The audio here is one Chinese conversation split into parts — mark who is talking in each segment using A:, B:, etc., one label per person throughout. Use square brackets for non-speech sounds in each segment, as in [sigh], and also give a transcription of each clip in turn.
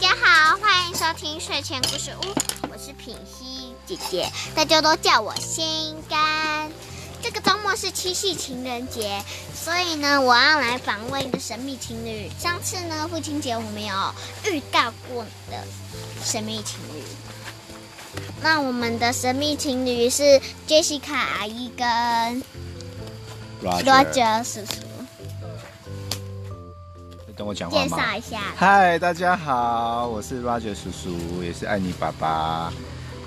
A: 家好，欢迎收听睡前故事屋，我是品熙姐姐，大家都叫我心肝。这个周末是七夕情人节，所以呢，我要来访问一个神秘情侣。上次呢，父亲节我们有遇到过的神秘情侣。那我们的神秘情侣是 Jessica 阿姨跟罗哲叔叔，
B: 你等我讲话
A: 介
B: 吗？
A: 绍一下。 [laughs]
B: 嗨，大家好，我是 Roger 叔叔，也是爱你爸爸。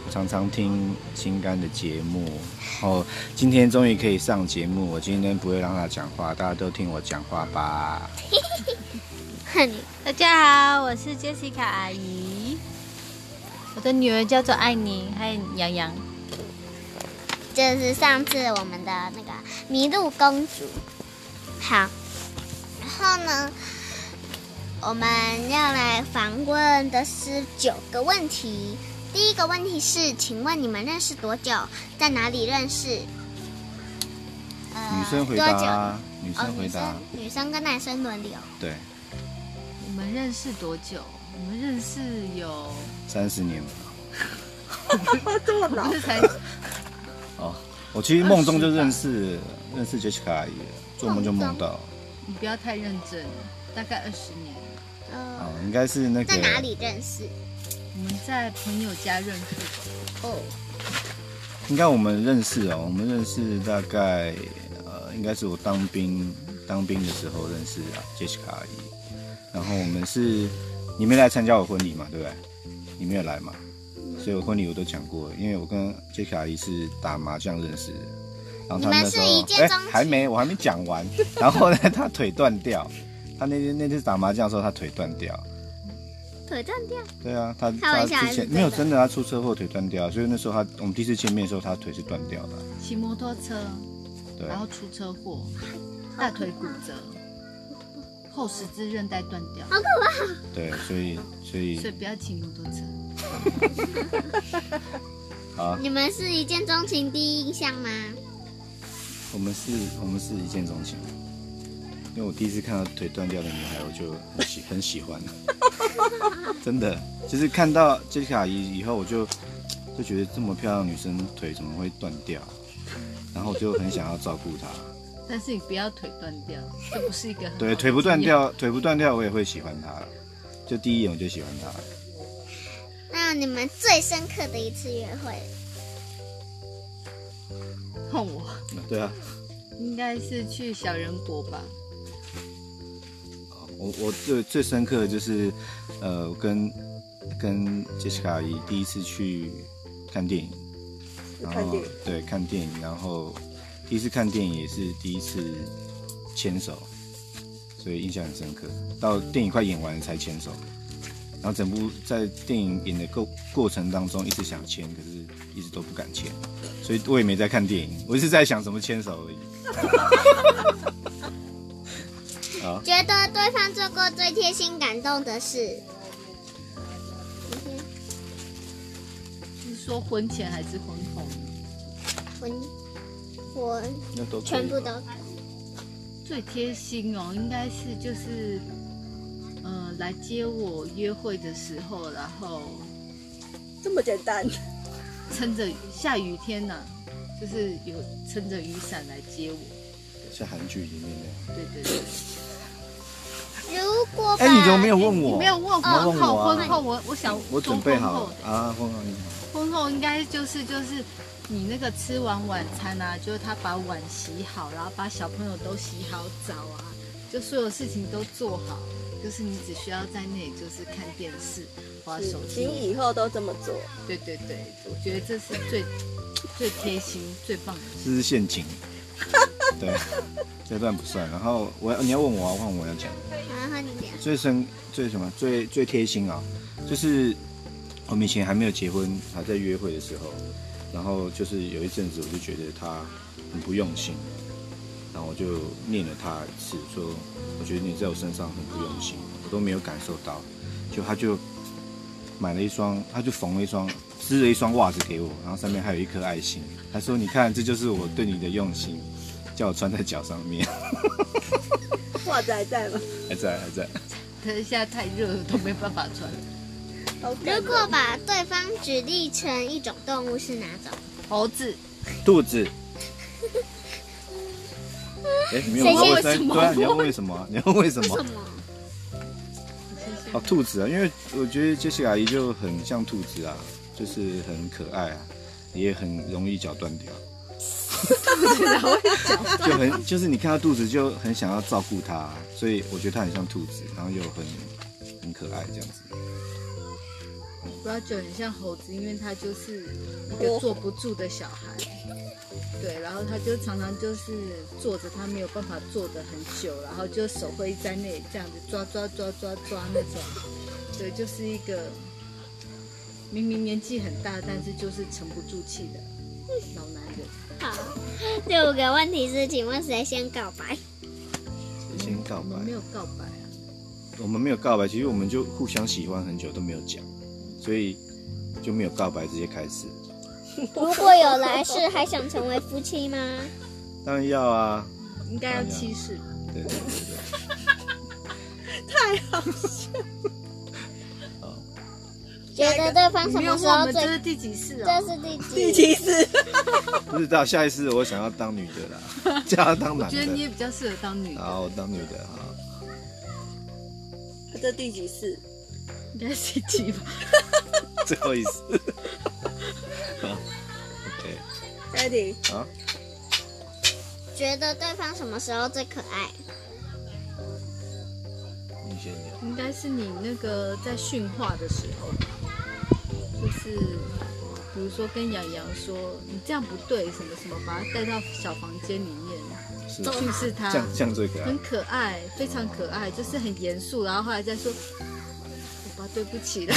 B: 我常常听心肝的节目，然后今天终于可以上节目。我今天不会让他讲话，大家都听我讲话吧。
C: 大家好，我是 Jessica 阿姨，我的女儿叫做艾妮，还有洋洋。
A: 这是上次我们的那个麋鹿公主。好，然后呢，我们要来访问的是九个问题。第一个问题是，请问你们认识多久？在哪里认识？呃
B: 女生回
A: 多久？
B: 答，啊女
A: 哦
B: 生，回
A: 女
B: 答
A: 生，，女生跟男生轮流。
B: 对，
C: 我们认识多久？我们认识有
B: 三十年了。
C: 不是才
B: 哦，我其实梦中就认识认识 Jessica 阿姨了，做梦就梦到。
C: 你不要太认真，大概二十年。
A: 呃
B: 哦，，应该是那个
A: 在哪里认识？
C: 我们在朋友家认识的，
A: 哦，
B: 应该我们认识哦，我们认识大概呃，应该是我当兵当兵的时候认识啊 Jessica 阿姨，然后我们是你没来参加我婚礼嘛，对不对？你没有来嘛，所以我婚礼我都讲过，因为我跟 Jessica 阿姨是打麻将认识的。然后他那时候
A: 你们是一见
B: 哎
A: 钟情
B: 还没，我还没讲完。 [laughs] 然后呢，他腿断掉，他那天那次打麻将的时候，他腿断掉。
A: 腿断掉。
B: 对啊，他
A: 开玩笑
B: 他
A: 还
B: 之
A: 是
B: 前
A: 真的
B: 没有真的，他出车祸腿断掉，所以那时候他我们第一次见面的时候，他腿是断掉的。
C: 骑摩托车，
B: 对，
C: 然后出车祸，大腿骨折，后十字韧带断掉，
B: 对，所以所以
C: 所以不要骑摩托车。
B: [laughs] 啊，
A: 你们是一见钟情第一印象吗？
B: 我们是我们是一见钟情，啊因为我第一次看到腿断掉的女孩，我就很喜很喜欢， [laughs] 真的，就是看到杰西卡以以后，我就就觉得这么漂亮的女生腿怎么会断掉，然后我就很想要照顾她。
C: 但是你不要腿断掉，这不是一个很好的
B: 对，腿不断
C: 经验 [laughs]
B: 掉，腿不断掉，我也会喜欢她了，就第一眼我就喜欢她了。
A: 那你们最深刻的一次约会？
C: 碰我。
B: 对啊，
C: 应该是去小人国吧，
B: 我我最最深刻的就是，呃，跟跟杰西卡阿姨第一次去看电影，然后对看电影，然后第一次看电影也是第一次牵手，所以印象很深刻。到电影快演完才牵手，然后整部在电影演的过过程当中一直想牵，可是一直都不敢牵，所以我也没在看电影，我一直在想怎么牵手而已。啊，
A: 觉得对方做过最贴心、感动的事。
C: 是说婚前还是婚后？
A: 我我
B: 那都可以
A: 全部
B: 吧
A: 都
C: 最贴心哦，应该是就是，呃，来接我约会的时候，然后
D: 这么简单，
C: 撑着下雨天呢、就是有撑着雨伞来接我。
B: 像韩剧里面那样。
C: 对对
B: 哦
C: 对，
A: 如果把
B: 哎，你怎么没有问我？
C: 你没有问
B: 没有问
C: 婚
B: 我
C: 后，
B: 啊
C: 婚后我我想
B: 我
C: 说
B: 准备
C: 婚
B: 好
C: 后
B: 了啊，婚后你讲
C: 婚后应该就是就是你那个吃完晚餐啊，就是他把碗洗好，然后把小朋友都洗好澡啊，就所有事情都做好，就是你只需要在那里就是看电视、玩手
D: 请
C: 机。
D: 以后都这么做。
C: 对对对，我觉得这是最最贴心、最棒的。
B: 这是陷
C: [laughs]
B: 阱。对，这段不算。然后我要你要问我啊，换我要讲
A: 然后你讲
B: 最深最什么最最贴心啊，就是我们以前还没有结婚，还在约会的时候，然后就是有一阵子我就觉得他很不用心，然后我就念了他一次，说我觉得你在我身上很不用心，我都没有感受到，就他就买了一双，他就缝了一双，织了一双袜子给我，然后上面还有一颗爱心，他说你看这就是我对你的用心，叫我穿在脚上面， [laughs]
D: 袜子还在吗？
B: 还在还在。
C: 可是现在太热了，都没办法穿。
D: 好感人
A: 如果把对方指定成一种动物是哪种？
E: 猴子，
B: 肚子。哎，你没有问为
E: 谁先
B: 什么？对啊，你要问为什么啊？你要问为什
A: 为
B: 么
A: 什？么？
B: 哦，兔子啊，因为我觉得杰西卡阿姨就很像兔子啊，就是很可爱啊，也很容易脚断掉。就很就是你看她肚子就很想要照顾她啊、所以我觉得她很像兔子，然后又很很可爱这样子。
E: 不要觉得很像猴子，因为他就是一
A: 哦
E: 个坐不住的小孩。对，然后他就常常就是坐着，他没有办法坐得很久，然后就手会在那里这样子抓抓抓抓抓那种。对，就是一个明明年纪很大，但是就是沉不住气的老男人。
A: 好，第五个问题是，请问谁先告白？
B: 谁先告
E: 我
B: 白哎
E: 们？没有告白啊，
B: 我们没有告白，其实我们就互相喜欢很久都没有讲，所以就没有告白，直接开始。
A: [laughs] 如果有来世，还想成为夫妻吗？
B: 当然要啊，
E: 应该要七世。
B: 对对对对。太好笑。
A: 觉得对方什
E: 没有
A: 么时
E: 问我
A: 候
E: 们
A: 最
E: 这？是第几世
A: 这
E: 哦？
A: 是第
D: 第
A: 几？
D: 七次，
B: 不知道下一次我想要当女的啦， [laughs] 叫她当男
E: 觉得你也
B: 的。
E: 比较适合当女的，
B: 好，我当女的啊。好
D: 这第几次？
E: 应该是七吧？
B: 最后一次。 [laughs] 好，OK，
D: 艾迪，
B: 好，
A: 觉得对方什么时候最可爱？
B: 你哦先聊。
E: 应该是你那个在训话的时候，就是比如说跟洋洋说你这样不对，什么什么，把他带到小房间里面
B: 是
E: 训斥他
B: 这，样这样最可爱
E: 很。可爱，非常可爱，就是很严肃，然后后来再说，爸爸对不起啦，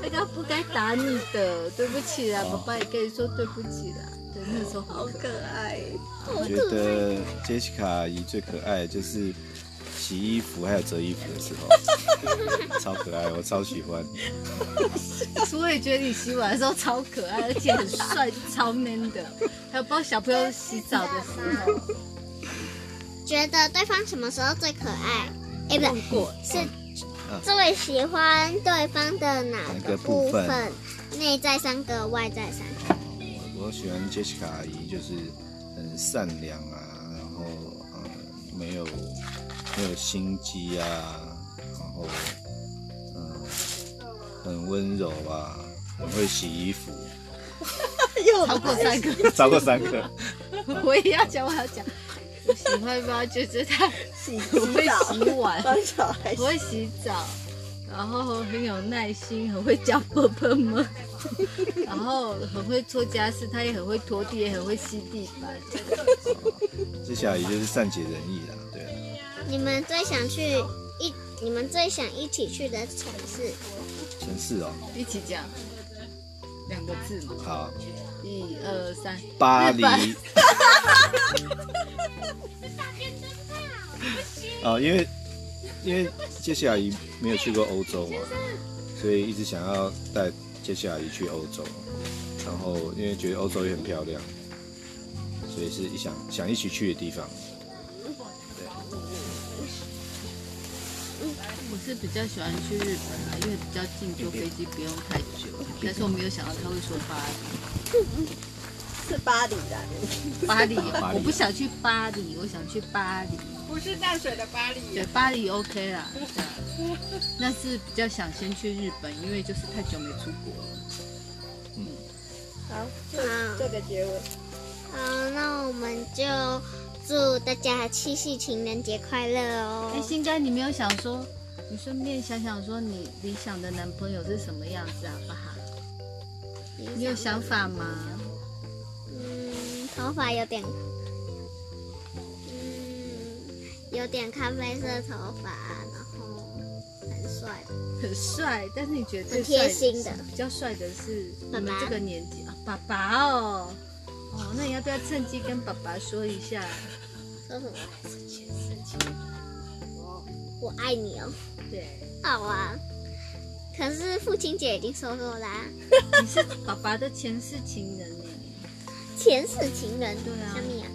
E: 那个不该打你的，对不起啦，爸
B: 哦
E: 爸也跟你说对不起啦，对，那时候
D: 好
E: 很可
D: 可
E: 爱。
D: 爱。
A: 好
B: 觉得 Jessica 阿姨最可爱的就是洗衣服还有折衣服的时候，超可爱，我超喜欢。
E: [laughs] 我也觉得你洗碗的时候超可爱，而且很帅，超 man [laughs] 的。还有帮小朋友洗澡的时候，
A: [laughs] 觉得对方什么时候最可爱？哎，不
E: 问过
A: 是，是最喜欢对方的哪
B: 哪
A: 个
B: 个
A: 部
B: 部分
A: 分？内在三个，外在三个。
B: 哦我我喜欢 Jessica 阿姨，就是很善良啊，然后呃没有没有心机啊，然后嗯、很温柔啊，很会洗衣服，
D: 又
E: 超过三个，
B: 超过三个。
E: 我也要讲，我要讲。我喜欢吗？就是他
D: 洗
E: 我会
D: 洗澡，
E: 洗碗，
D: 帮小孩洗
E: 我。会洗澡，然后很有耐心，很会教婆婆们，然后很会做家事，他也很会拖地，也很会吸地板。
B: Jessica 阿姨就是善解人意啦，对啊。
A: 你们最想去一，你们最想一起去的城市？
B: 城市哦，
E: 一起讲两个字嘛，
B: 好，
E: 一二三，
B: 巴黎
E: 日本。
B: 哦，因为因为杰西阿姨没有去过欧洲嘛，所以一直想要带杰西阿姨去欧洲，然后因为觉得欧洲也很漂亮，所以是一想想一起去的地方。
E: 我是比较喜欢去日本啊，因为比较近，坐飞机不用太久。但是我没有想到他会说巴黎，
D: 是巴黎的，
E: 巴黎
B: 啊巴，黎
E: 我不想去巴黎，我想去巴黎。
F: 不是淡水的巴黎。
E: 对，巴黎 OK [laughs] 啦，对啊。但是比较想先去日本，因为就是太久没出国了。
D: 好，就
A: 好
D: 这个结尾。
A: 好，那我们就祝大家七夕情人节快乐哦！
E: 哎，新哥，你没有想说，你顺便想想说你理想的男朋友是什么样子好不好？你有想法吗？
A: 嗯，头发有点，嗯，有点咖啡色头发，然后很帅。
E: 很帅，但是你觉得最
A: 很贴
E: 帅
A: 心的
E: 比较帅的是
A: 爸
E: 你们
A: 爸
E: 这个年纪啊，爸爸哦，哦，那你要不要趁机跟爸爸说一下？
A: 说什么？我爱你哦，
E: 对，
A: 好啊。可是父亲节已经说过啦、
E: 你是爸爸的前世情人呢。
A: 前世情人，
E: 对啊
A: 什么呀？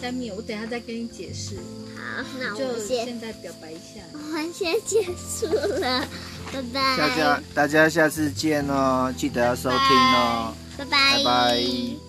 E: 下面我等一下再跟你解释，
A: 好，那我
E: 就
A: 们先，
E: 现在表白一下。
A: 我们先结束了，拜拜，
B: 大家大家下次见哦，记得要收听哦，
A: 拜拜，
B: 拜拜